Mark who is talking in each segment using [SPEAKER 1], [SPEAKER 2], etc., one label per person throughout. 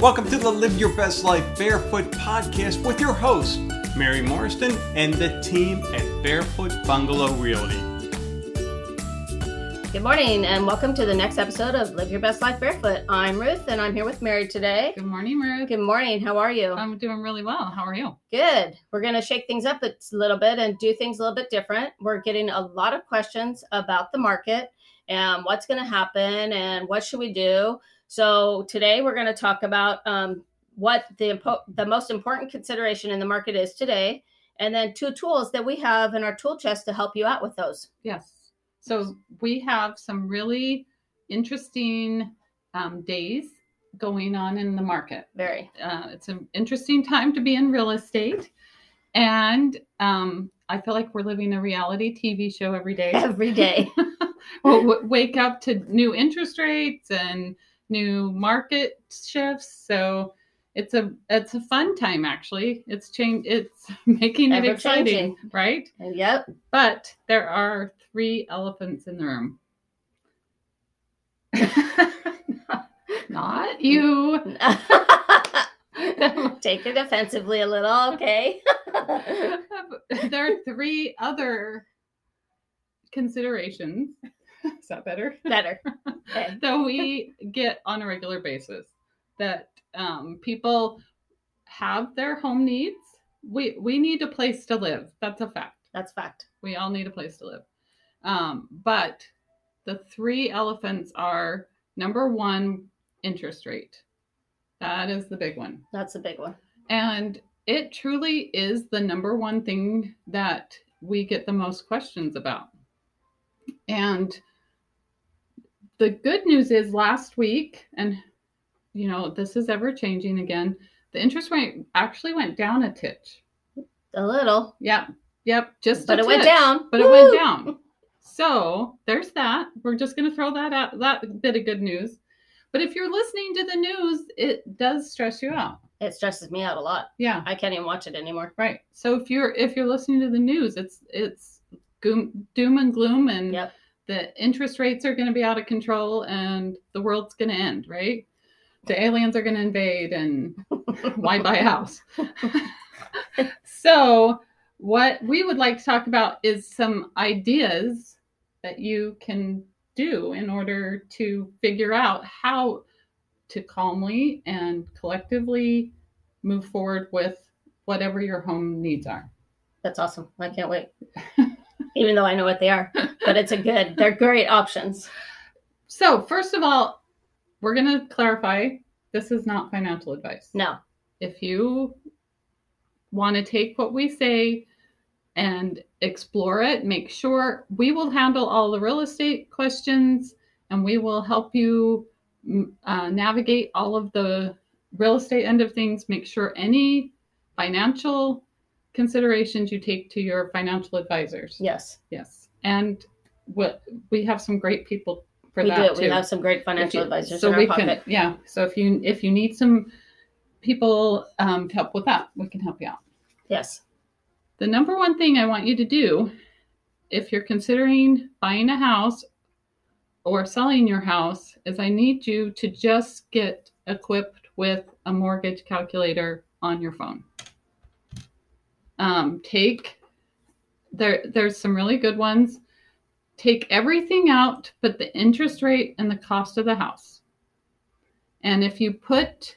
[SPEAKER 1] Welcome to the Live Your Best Life Barefoot podcast with your hosts, Mary Morriston and the team at Barefoot Bungalow Realty.
[SPEAKER 2] Good morning, and welcome to the next episode of Live Your Best Life Barefoot. I'm Ruth, and I'm here with Mary today.
[SPEAKER 3] Good morning, Ruth.
[SPEAKER 2] Good morning. How are you?
[SPEAKER 3] I'm doing really well. How are you?
[SPEAKER 2] Good. We're going to shake things up a little bit and do things a little bit different. We're getting a lot of questions about the market and what's going to happen and what should we do. So today we're going to talk about um, what the impo- the most important consideration in the market is today, and then two tools that we have in our tool chest to help you out with those.
[SPEAKER 3] Yes. So we have some really interesting um, days going on in the market.
[SPEAKER 2] Very.
[SPEAKER 3] Uh, it's an interesting time to be in real estate, and um, I feel like we're living a reality TV show every day.
[SPEAKER 2] Every day.
[SPEAKER 3] we'll w- wake up to new interest rates and new market shifts. So. It's a it's a fun time actually. It's change it's making it
[SPEAKER 2] Ever-changing.
[SPEAKER 3] exciting, right?
[SPEAKER 2] yep.
[SPEAKER 3] But there are three elephants in the room. Not you.
[SPEAKER 2] Take it offensively a little, okay?
[SPEAKER 3] there are three other considerations. Is that better?
[SPEAKER 2] Better. Okay.
[SPEAKER 3] that we get on a regular basis that um, people have their home needs. We we need a place to live. That's a fact.
[SPEAKER 2] That's fact.
[SPEAKER 3] We all need a place to live. Um, but the three elephants are number one, interest rate. That is the big one.
[SPEAKER 2] That's a big one.
[SPEAKER 3] And it truly is the number one thing that we get the most questions about. And the good news is last week, and you know, this is ever changing again, the interest rate actually went down a titch.
[SPEAKER 2] A little,
[SPEAKER 3] Yep. Yep. Just
[SPEAKER 2] but
[SPEAKER 3] a
[SPEAKER 2] it went
[SPEAKER 3] titch
[SPEAKER 2] down.
[SPEAKER 3] but it went
[SPEAKER 2] Woo!
[SPEAKER 3] down. So there's that. We're just going to throw that out, that bit of good news. But if you're listening to the news, it does stress you out.
[SPEAKER 2] It stresses me out a lot.
[SPEAKER 3] Yeah,
[SPEAKER 2] I can't even watch it anymore.
[SPEAKER 3] right. So if you're if you're listening to the news, it's it's goom, doom and gloom, and
[SPEAKER 2] Yep.
[SPEAKER 3] the interest rates are going to be out of control, and the world's going to end. Right? The aliens are going to invade, and why buy a house? so, what we would like to talk about is some ideas that you can do in order to figure out how to calmly and collectively move forward with whatever your home needs are.
[SPEAKER 2] That's awesome. I can't wait. even though I know what they are, but it's a good, they're great options.
[SPEAKER 3] So, first of all, we're going to clarify this is not financial advice.
[SPEAKER 2] No,
[SPEAKER 3] if you want to take what we say and explore it, make sure we will handle all the real estate questions and we will help you mm, uh, navigate all of the real estate end of things. Make sure any financial considerations you take to your financial advisors.
[SPEAKER 2] yes,
[SPEAKER 3] Yes. And what we have some great people for
[SPEAKER 2] we
[SPEAKER 3] that
[SPEAKER 2] do.
[SPEAKER 3] too
[SPEAKER 2] We have some great financial
[SPEAKER 3] if you-
[SPEAKER 2] advisors
[SPEAKER 3] So
[SPEAKER 2] in our
[SPEAKER 3] we
[SPEAKER 2] pocket.
[SPEAKER 3] can, yeah. So if you if you need some people um, to help with that, we can help you out.
[SPEAKER 2] Yes,
[SPEAKER 3] The number one thing I want you to do, if you're considering buying a house or selling your house, is I need you to just get equipped with a mortgage calculator on your phone. Um, take there. There's some really good ones. Take everything out, but the interest rate and the cost of the house. And if you put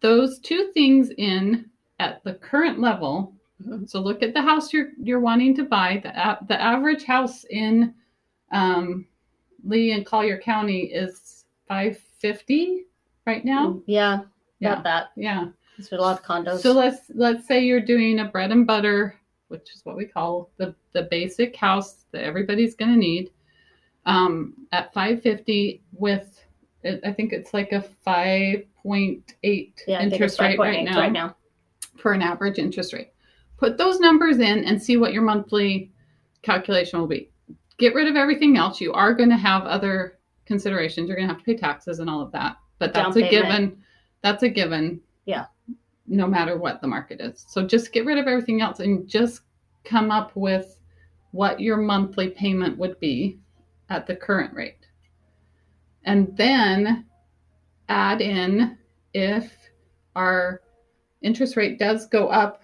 [SPEAKER 3] those two things in at the current level,
[SPEAKER 2] Mhm.
[SPEAKER 3] so look at the house you're you're wanting to buy. The a- the average house in um, Lee and Collier County is five fifty right now.
[SPEAKER 2] yeah,
[SPEAKER 3] Yeah.
[SPEAKER 2] got that.
[SPEAKER 3] Yeah.
[SPEAKER 2] There's a lot of condos.
[SPEAKER 3] So let's let's say you're doing a bread and butter, which is what we call the the basic house that everybody's going to need, um, at five fifty with I I think it's like a five point eight
[SPEAKER 2] yeah, I think it's
[SPEAKER 3] interest rate right
[SPEAKER 2] 5.8
[SPEAKER 3] now
[SPEAKER 2] Right now,
[SPEAKER 3] for an average interest rate. Put those numbers in and see what your monthly calculation will be. Get rid of everything else. You are going to have other considerations. You're going to have to pay taxes and all of that, but
[SPEAKER 2] Down
[SPEAKER 3] that's a
[SPEAKER 2] payment.
[SPEAKER 3] given. That's a given.
[SPEAKER 2] Yeah.
[SPEAKER 3] No matter what the market is. So just get rid of everything else and just come up with what your monthly payment would be at the current rate. And then add in if our interest rate does go up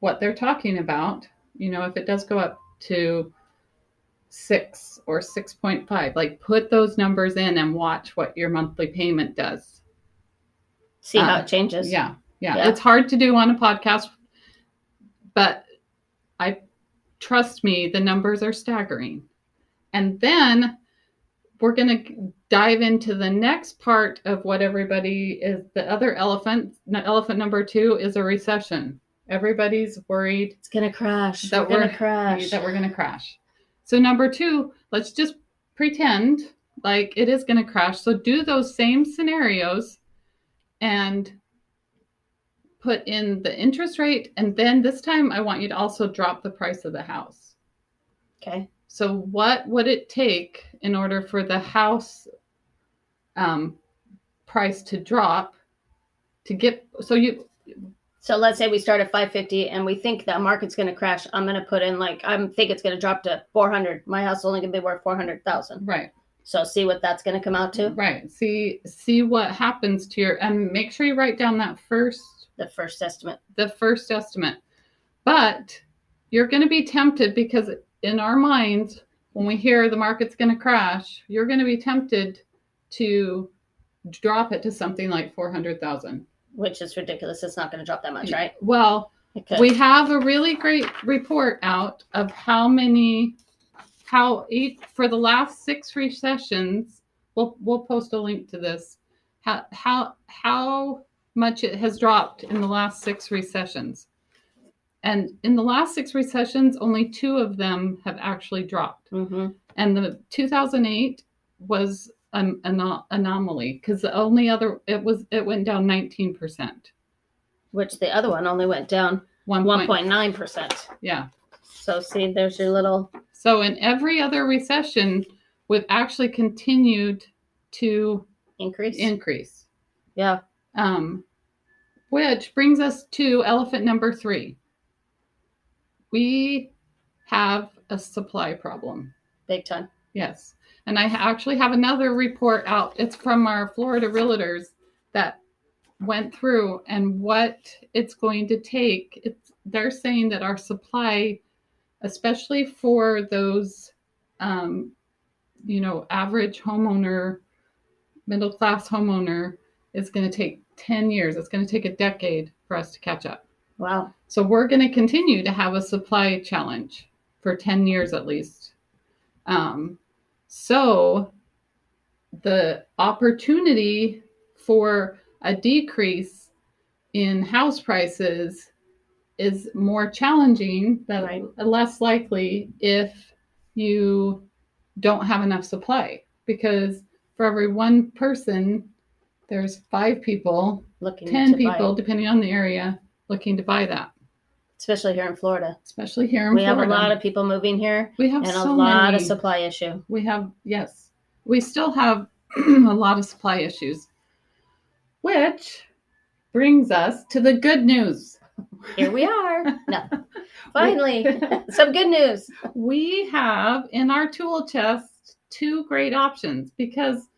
[SPEAKER 3] what they're talking about, you know, if it does go up to six or 6.5, like put those numbers in and watch what your monthly payment does.
[SPEAKER 2] See how
[SPEAKER 3] Uh,
[SPEAKER 2] it changes.
[SPEAKER 3] Yeah, yeah.
[SPEAKER 2] Yeah.
[SPEAKER 3] It's hard to do on a podcast, but I trust me, the numbers are staggering. And then we're going to dive into the next part of what everybody is the other elephant, no- elephant number 2 is a recession. Everybody's worried
[SPEAKER 2] It's gonna crash.
[SPEAKER 3] That
[SPEAKER 2] we're
[SPEAKER 3] we're-
[SPEAKER 2] gonna crash.
[SPEAKER 3] that we're going to crash. So number 2, let's just pretend like it is going to crash. So do those same scenarios and put in the interest rate and then this time I want you to also drop the price of the house.
[SPEAKER 2] okay.
[SPEAKER 3] So what would it take in order for the house um, price to drop to get so you
[SPEAKER 2] So let's say we start at 550 and we think that market's going to crash. I'm going to put in like I am think it's going to drop to 400. My house is only going to be worth 400,000.
[SPEAKER 3] right
[SPEAKER 2] So see what that's going to come out to
[SPEAKER 3] Right. See see what happens to your and make sure you write down that first
[SPEAKER 2] the first estimate.
[SPEAKER 3] the first estimate. But you're going to be tempted because in our minds when we hear the market's going to crash, you're going to be tempted to drop it to something like 400,000.
[SPEAKER 2] which is ridiculous. It's not going to drop that much, right?
[SPEAKER 3] Well,
[SPEAKER 2] It could.
[SPEAKER 3] Mm-hmm. we have a really great report out of how many, how each for the last six recessions. We'll we'll post a link to this. How how how much it has dropped in the last six recessions, and in the last six recessions, only two of them have actually dropped
[SPEAKER 2] hmm
[SPEAKER 3] and the 2008 was an, an anomaly because the only other it was it went down 19 percent
[SPEAKER 2] Which the other one only went down
[SPEAKER 3] one point,
[SPEAKER 2] 1.9%.
[SPEAKER 3] yeah
[SPEAKER 2] So see, there's your little
[SPEAKER 3] so in every other recession we've actually continued to
[SPEAKER 2] increase.
[SPEAKER 3] increase
[SPEAKER 2] yeah.
[SPEAKER 3] um, which brings us to elephant number three we have a supply problem
[SPEAKER 2] Big time.
[SPEAKER 3] Yes. And I ha- actually have another report out. It's from our Florida realtors that went through and what it's going to take. It's they're saying that our supply, especially for those, um, you know, average homeowner, middle class homeowner, is going to take 10 years. It's going to take a decade for us to catch up.
[SPEAKER 2] Wow.
[SPEAKER 3] So we're going to continue to have a supply challenge for 10 years at least. Um, so the opportunity for a decrease in house prices is more challenging than
[SPEAKER 2] Right.
[SPEAKER 3] less likely if you don't have enough supply because for every one person there's five people
[SPEAKER 2] Looking
[SPEAKER 3] 10
[SPEAKER 2] to buy,
[SPEAKER 3] people depending on the area looking to buy that
[SPEAKER 2] especially here in Florida.
[SPEAKER 3] especially here in
[SPEAKER 2] We have
[SPEAKER 3] Florida.
[SPEAKER 2] a lot of people moving here
[SPEAKER 3] we have
[SPEAKER 2] and
[SPEAKER 3] so
[SPEAKER 2] a lot
[SPEAKER 3] many.
[SPEAKER 2] of supply issue.
[SPEAKER 3] we have yes, we still have a lot of supply issues, which brings us to the good news.
[SPEAKER 2] Here we are. No. Finally, some good news.
[SPEAKER 3] we have in our tool chest two great options because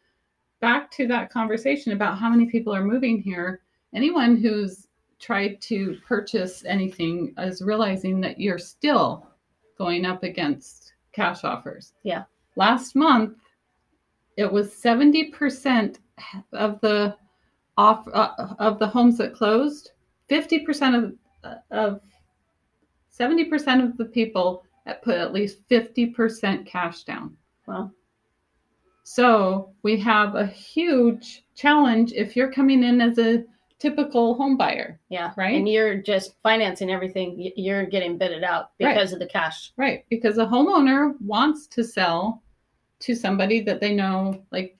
[SPEAKER 3] back to that conversation about how many people are moving here anyone who's tried to purchase anything is realizing that you're still going up against cash offers
[SPEAKER 2] Yeah.
[SPEAKER 3] last month it was 70% of the off uh, of the homes that closed 50% of of 70% of the people that put at least 50% cash down.
[SPEAKER 2] Wow.
[SPEAKER 3] So we have a huge challenge if you're coming in as a typical home buyer.
[SPEAKER 2] Yeah.
[SPEAKER 3] Right?
[SPEAKER 2] And you're just financing everything. Y- You're getting bidded out
[SPEAKER 3] Right.
[SPEAKER 2] because of the cash.
[SPEAKER 3] Right. Because a homeowner wants to sell to somebody that they know like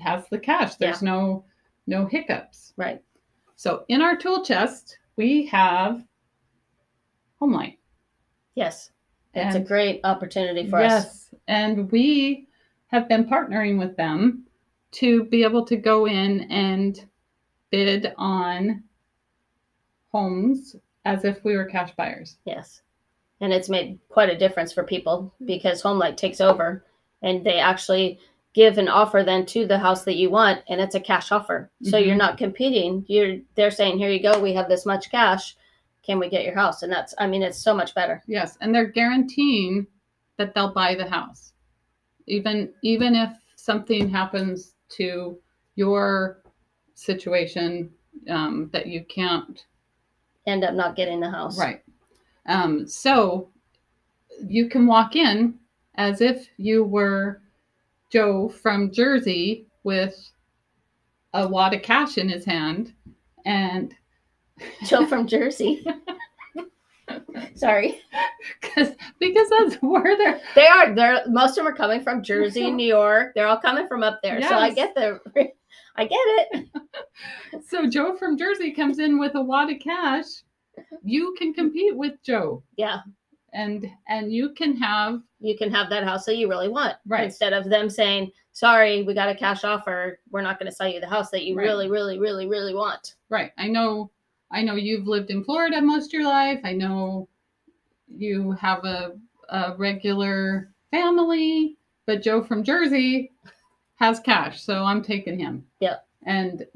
[SPEAKER 3] has the cash. There's no no hiccups.
[SPEAKER 2] Right.
[SPEAKER 3] So in our tool chest, we have HomeLight.
[SPEAKER 2] Yes. It's a
[SPEAKER 3] And-
[SPEAKER 2] great opportunity for us.
[SPEAKER 3] yes, and we have been partnering with them to be able to go in and bid on homes as if we were cash buyers.
[SPEAKER 2] Yes. And it's made quite a difference for people because Homelight takes over and they actually give an offer then to the house that you want and it's a cash offer so
[SPEAKER 3] Mhm.
[SPEAKER 2] you're not competing you're they're saying here you go we have this much cash can we get your house and that's i mean it's so much better
[SPEAKER 3] Yes, and they're guaranteeing that they'll buy the house. Even even if something happens to your situation um, that you can't
[SPEAKER 2] end up not getting the house
[SPEAKER 3] right. Um, so you can walk in as if you were Joe from Jersey with a wad of cash in his hand and
[SPEAKER 2] joe from jersey sorry
[SPEAKER 3] because because that's where they're
[SPEAKER 2] they are they're most of them are coming from jersey new york they're all coming from up there so i
[SPEAKER 3] Yes.
[SPEAKER 2] get the i get it
[SPEAKER 3] So Joe from Jersey comes in with a wad of cash. You can compete with Joe,
[SPEAKER 2] yeah
[SPEAKER 3] and and you can have
[SPEAKER 2] you can have that house that you really want
[SPEAKER 3] Right.
[SPEAKER 2] instead of them saying sorry we got a cash offer we're not going to sell you the house that you
[SPEAKER 3] Right.
[SPEAKER 2] really really really really want
[SPEAKER 3] right. I know, I know you've lived in Florida most of your life. I know you have a a regular family, but Joe from Jersey has cash, so I'm taking him.
[SPEAKER 2] Yep.
[SPEAKER 3] and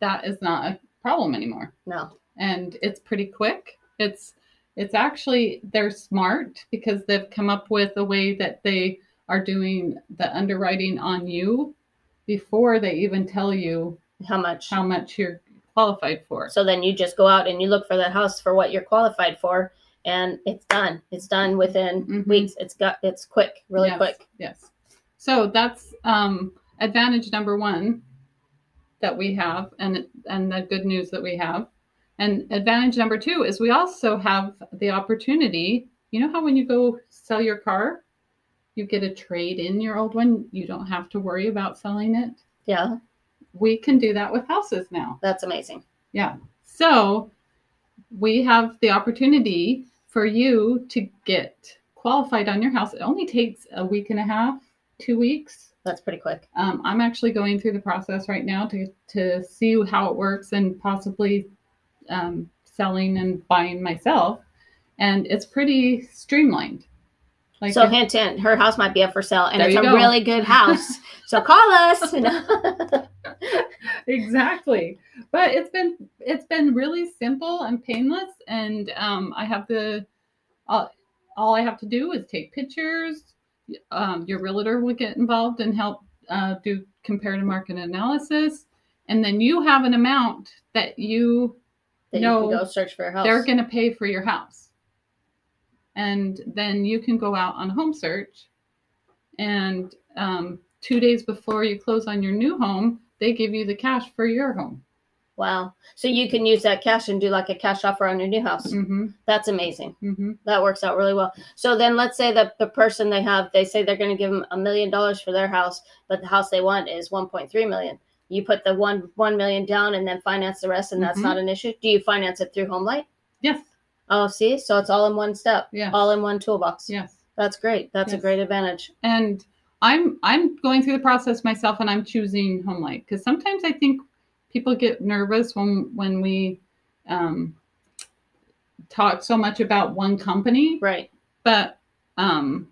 [SPEAKER 3] that is not a problem anymore.
[SPEAKER 2] no
[SPEAKER 3] and it's pretty quick. It's it's actually they're smart because they've come up with a way that they are doing the underwriting on you before they even tell you
[SPEAKER 2] how much
[SPEAKER 3] how much you're qualified for.
[SPEAKER 2] so then you just go out and you look for that house for what you're qualified for and it's done it's done within
[SPEAKER 3] Mhm.
[SPEAKER 2] weeks it's got it's quick really
[SPEAKER 3] Yes,
[SPEAKER 2] quick
[SPEAKER 3] Yes. So that's um, advantage number one that we have, and and the good news that we have. And advantage number two is we also have the opportunity. You know how when you go sell your car, you get a trade in your old one. You don't have to worry about selling it.
[SPEAKER 2] yeah
[SPEAKER 3] We can do that with houses now.
[SPEAKER 2] that's amazing
[SPEAKER 3] Yeah. So we have the opportunity for you to get qualified on your house. It only takes a week and a half, two weeks.
[SPEAKER 2] that's pretty quick
[SPEAKER 3] Um, I'm actually going through the process right now to, to see how it works and possibly um, selling and buying myself. And it's pretty streamlined. Like
[SPEAKER 2] so
[SPEAKER 3] if-
[SPEAKER 2] hint hint her house might be up for sale and
[SPEAKER 3] There
[SPEAKER 2] it's
[SPEAKER 3] you
[SPEAKER 2] a
[SPEAKER 3] go.
[SPEAKER 2] really good house so call us
[SPEAKER 3] exactly but it's been it's been really simple and painless and um, i have the all, all i have to do is take pictures um, your realtor will get involved and help uh, do comparative market analysis and then you have an amount that you
[SPEAKER 2] that you
[SPEAKER 3] No,
[SPEAKER 2] can go search for a house
[SPEAKER 3] they're going to pay for your house and then you can go out on home search and um, two days before you close on your new home they give you the cash for your home
[SPEAKER 2] wow so you can use that cash and do like a cash offer on your new house
[SPEAKER 3] Mm-hmm.
[SPEAKER 2] that's amazing
[SPEAKER 3] Mm-hmm.
[SPEAKER 2] that works out really well. So then let's say that the person they have, they say they're going to give them a million dollars for their house, but the house they want is 1.3 million. You put the one 1 million down and then finance the rest, and that's
[SPEAKER 3] Mhm.
[SPEAKER 2] not an issue. Do you finance it through HomeLight?
[SPEAKER 3] Yes.
[SPEAKER 2] Oh, see, so it's all in one step,
[SPEAKER 3] Yeah.
[SPEAKER 2] all in one toolbox.
[SPEAKER 3] Yes.
[SPEAKER 2] That's great. That's a
[SPEAKER 3] Yes.
[SPEAKER 2] great advantage.
[SPEAKER 3] And I'm I'm going through the process myself, and I'm choosing home light because sometimes I think people get nervous when when we um, talk so much about one company,
[SPEAKER 2] Right.
[SPEAKER 3] but um,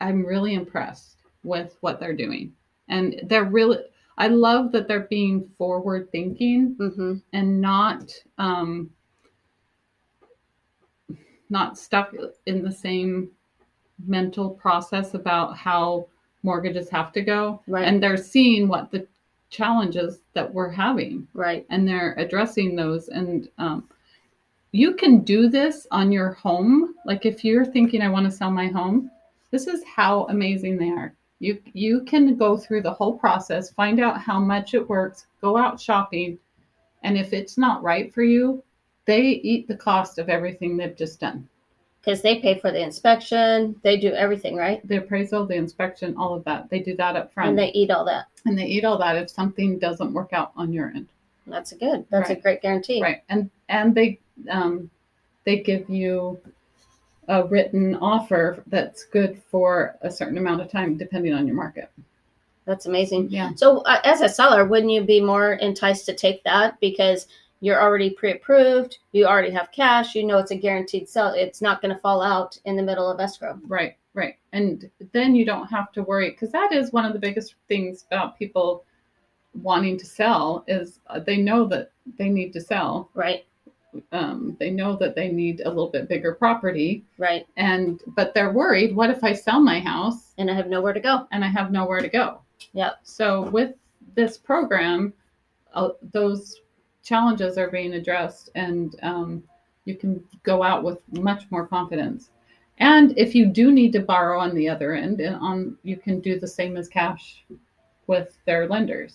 [SPEAKER 3] I'm really impressed with what they're doing, and they're really. I love that they're being forward thinking
[SPEAKER 2] Mm-hmm.
[SPEAKER 3] and not um, not stuck in the same mental process about how mortgages have to go
[SPEAKER 2] Right.
[SPEAKER 3] and they're seeing what the challenges that we're having
[SPEAKER 2] Right.
[SPEAKER 3] and they're addressing those and um, you can do this on your home like if you're thinking i want to sell my home this is how amazing they are you you can go through the whole process find out how much it works go out shopping and if it's not right for you they eat the cost of everything they've just done
[SPEAKER 2] Because they pay for the inspection, they do everything, right?
[SPEAKER 3] the appraisal the inspection all of that they do that up front
[SPEAKER 2] And they eat all that.
[SPEAKER 3] and they eat all that if something doesn't work out on your end
[SPEAKER 2] That's a good. That's a
[SPEAKER 3] Right.
[SPEAKER 2] great guarantee.
[SPEAKER 3] right and and they um they give you a written offer that's good for a certain amount of time depending on your market
[SPEAKER 2] That's amazing.
[SPEAKER 3] yeah
[SPEAKER 2] So, uh, as a seller, wouldn't you be more enticed to take that because you're already pre-approved, you already have cash, you know it's a guaranteed sell, it's not going to fall out in the middle of escrow.
[SPEAKER 3] right Right. And then you don't have to worry because that is one of the biggest things about people wanting to sell is uh, they know that they need to sell.
[SPEAKER 2] Right.
[SPEAKER 3] Um, they know that they need a little bit bigger property
[SPEAKER 2] Right.
[SPEAKER 3] and but they're worried what if I sell my house
[SPEAKER 2] And I have nowhere to go.
[SPEAKER 3] and I have nowhere to go?
[SPEAKER 2] Yep.
[SPEAKER 3] So with this program, uh, those challenges are being addressed, and um, you can go out with much more confidence. And if you do need to borrow on the other end, and on you can do the same as cash with their lenders.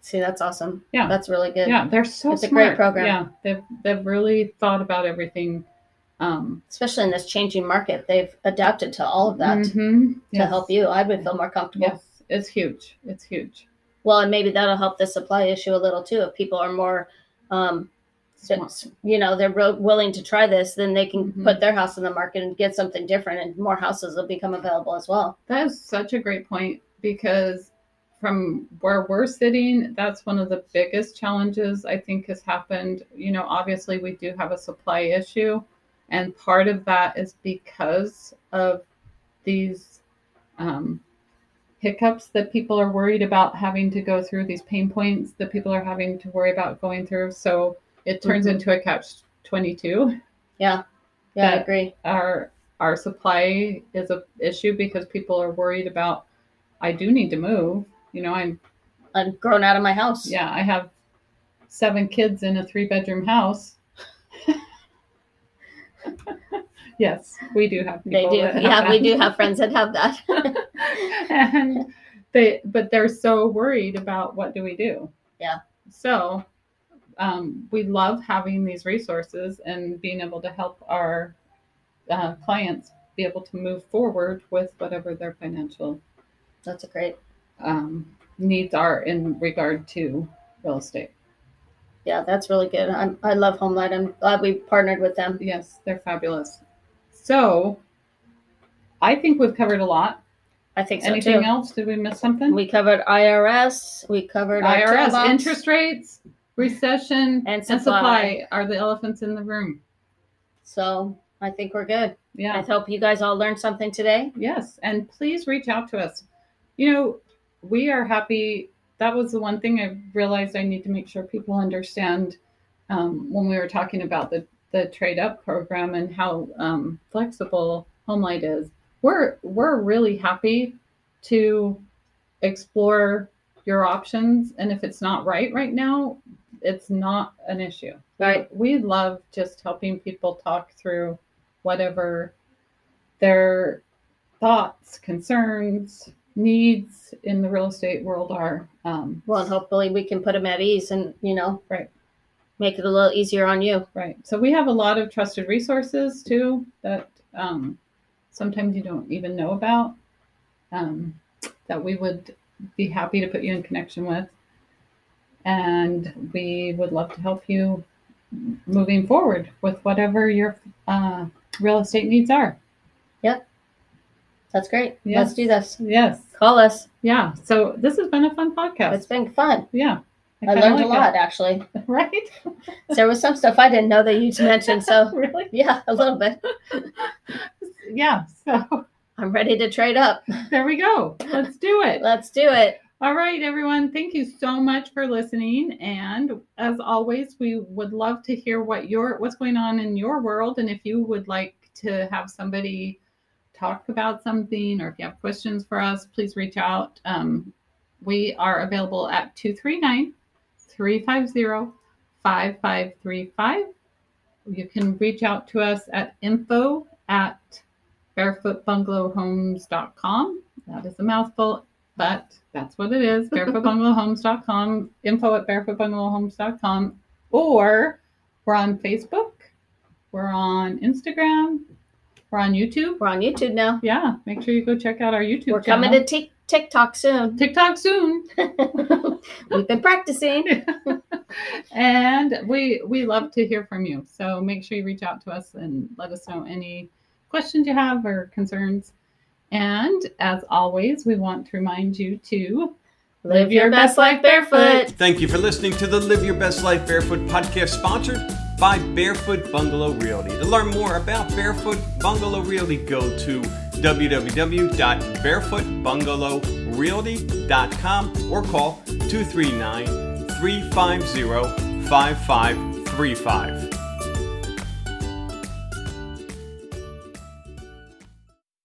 [SPEAKER 2] See, that's awesome.
[SPEAKER 3] Yeah.
[SPEAKER 2] That's really good.
[SPEAKER 3] Yeah, they're so
[SPEAKER 2] It's a
[SPEAKER 3] smart.
[SPEAKER 2] great program.
[SPEAKER 3] Yeah, they've they've really thought about everything. Um,
[SPEAKER 2] Especially in this changing market, they've adapted to all of that
[SPEAKER 3] mhm,
[SPEAKER 2] to
[SPEAKER 3] yes,
[SPEAKER 2] help you. I would feel more comfortable.
[SPEAKER 3] Yes, it's huge. It's huge.
[SPEAKER 2] Well, and maybe that'll help the supply issue a little too. If people are more, um, s- you know, they're ro- willing to try this, then they can
[SPEAKER 3] Mhm.
[SPEAKER 2] put their house in the market and get something different, and more houses will become available as well.
[SPEAKER 3] That is such a great point because from where we're sitting, that's one of the biggest challenges I think has happened. You know, obviously, we do have a supply issue, and part of that is because of these um, hiccups that people are worried about having to go through, these pain points that people are having to worry about going through. So it turns
[SPEAKER 2] Mhm.
[SPEAKER 3] into a catch 22
[SPEAKER 2] Yeah, I
[SPEAKER 3] That-
[SPEAKER 2] agree.
[SPEAKER 3] our our supply is a issue because people are worried about I do need to move. You know, I'm
[SPEAKER 2] I'm grown out of my house.
[SPEAKER 3] yeah, I have seven kids in a three bedroom house. yes, we do have
[SPEAKER 2] they
[SPEAKER 3] people
[SPEAKER 2] do.
[SPEAKER 3] that have
[SPEAKER 2] Yeah, we
[SPEAKER 3] that.
[SPEAKER 2] do have friends that have that.
[SPEAKER 3] and they but they're so worried about what do we do
[SPEAKER 2] Yeah.
[SPEAKER 3] so um, we love having these resources and being able to help our uh, clients be able to move forward with whatever their financial
[SPEAKER 2] That's a great.
[SPEAKER 3] um, needs are in regard to real estate
[SPEAKER 2] Yeah, that's really good. I'm, I love Homelight. I'm glad we partnered with them.
[SPEAKER 3] yes they're fabulous so i think we've covered a lot
[SPEAKER 2] I think so
[SPEAKER 3] anything
[SPEAKER 2] too.
[SPEAKER 3] else did we miss something
[SPEAKER 2] We covered IRS. We covered our
[SPEAKER 3] IRS,
[SPEAKER 2] toolbox.
[SPEAKER 3] interest rates, recession,
[SPEAKER 2] Uh, And
[SPEAKER 3] and supply. are the elephants in the room.
[SPEAKER 2] So I think we're good. I
[SPEAKER 3] Yeah.
[SPEAKER 2] hope you guys all learned something today.
[SPEAKER 3] Yes. And please reach out to us. You know, we are happy. That was the one thing I realized I need to make sure people understand um, when we were talking about the, the trade up program and how um, flexible Homelight is. We're we're really happy to explore your options, and if it's not right right now, it's not an issue.
[SPEAKER 2] Right.
[SPEAKER 3] we love just helping people talk through whatever their thoughts, concerns, needs in the real estate world are. Um,
[SPEAKER 2] Well, and hopefully we can put them at ease and, you know,
[SPEAKER 3] Right.
[SPEAKER 2] make it a little easier on you.
[SPEAKER 3] right. So we have a lot of trusted resources too that um, sometimes you don't even know about um, that we would be happy to put you in connection with. And we would love to help you moving forward with whatever your uh, real estate needs are.
[SPEAKER 2] That's great.
[SPEAKER 3] Yeah.
[SPEAKER 2] Let's do this.
[SPEAKER 3] Yes.
[SPEAKER 2] Call us.
[SPEAKER 3] Yeah. So this has been a fun podcast.
[SPEAKER 2] It's been fun.
[SPEAKER 3] yeah.
[SPEAKER 2] I,
[SPEAKER 3] kinda
[SPEAKER 2] learned a
[SPEAKER 3] like
[SPEAKER 2] lot, actually.
[SPEAKER 3] it. Right?
[SPEAKER 2] There was some stuff I didn't know that you mentioned. So,
[SPEAKER 3] really?
[SPEAKER 2] yeah, a little bit.
[SPEAKER 3] Yeah. So
[SPEAKER 2] I'm ready to trade up.
[SPEAKER 3] there we go. Let's do it.
[SPEAKER 2] Let's do it.
[SPEAKER 3] All right, everyone. Thank you so much for listening. And as always, we would love to hear what your what's going on in your world, and if you would like to have somebody talk about something, or if you have questions for us, please reach out. Um, we are available at 239-350-5535. You can reach out to us at info at barefootbungalowhomes.com. That is a mouthful but that's what it is barefootbungalowhomes.com info at barefootbungalowhomes.com or we're on facebook we're on instagram we're on youtube
[SPEAKER 2] We're on YouTube now.
[SPEAKER 3] yeah make sure you go check out our youtube
[SPEAKER 2] We're coming
[SPEAKER 3] channel.
[SPEAKER 2] to Tik TikTok soon.
[SPEAKER 3] tiktok soon
[SPEAKER 2] We've been practicing.
[SPEAKER 3] and we we love to hear from you so make sure you reach out to us and let us know any questions you have or concerns and as always we want to remind you to
[SPEAKER 2] Live your best life barefoot.
[SPEAKER 1] Thank you for listening to the Live Your Best Life Barefoot podcast sponsored by Barefoot Bungalow Realty. To learn more about Barefoot Bungalow Realty, go to www.barefootbungalowrealty.com or call 239 350 5535.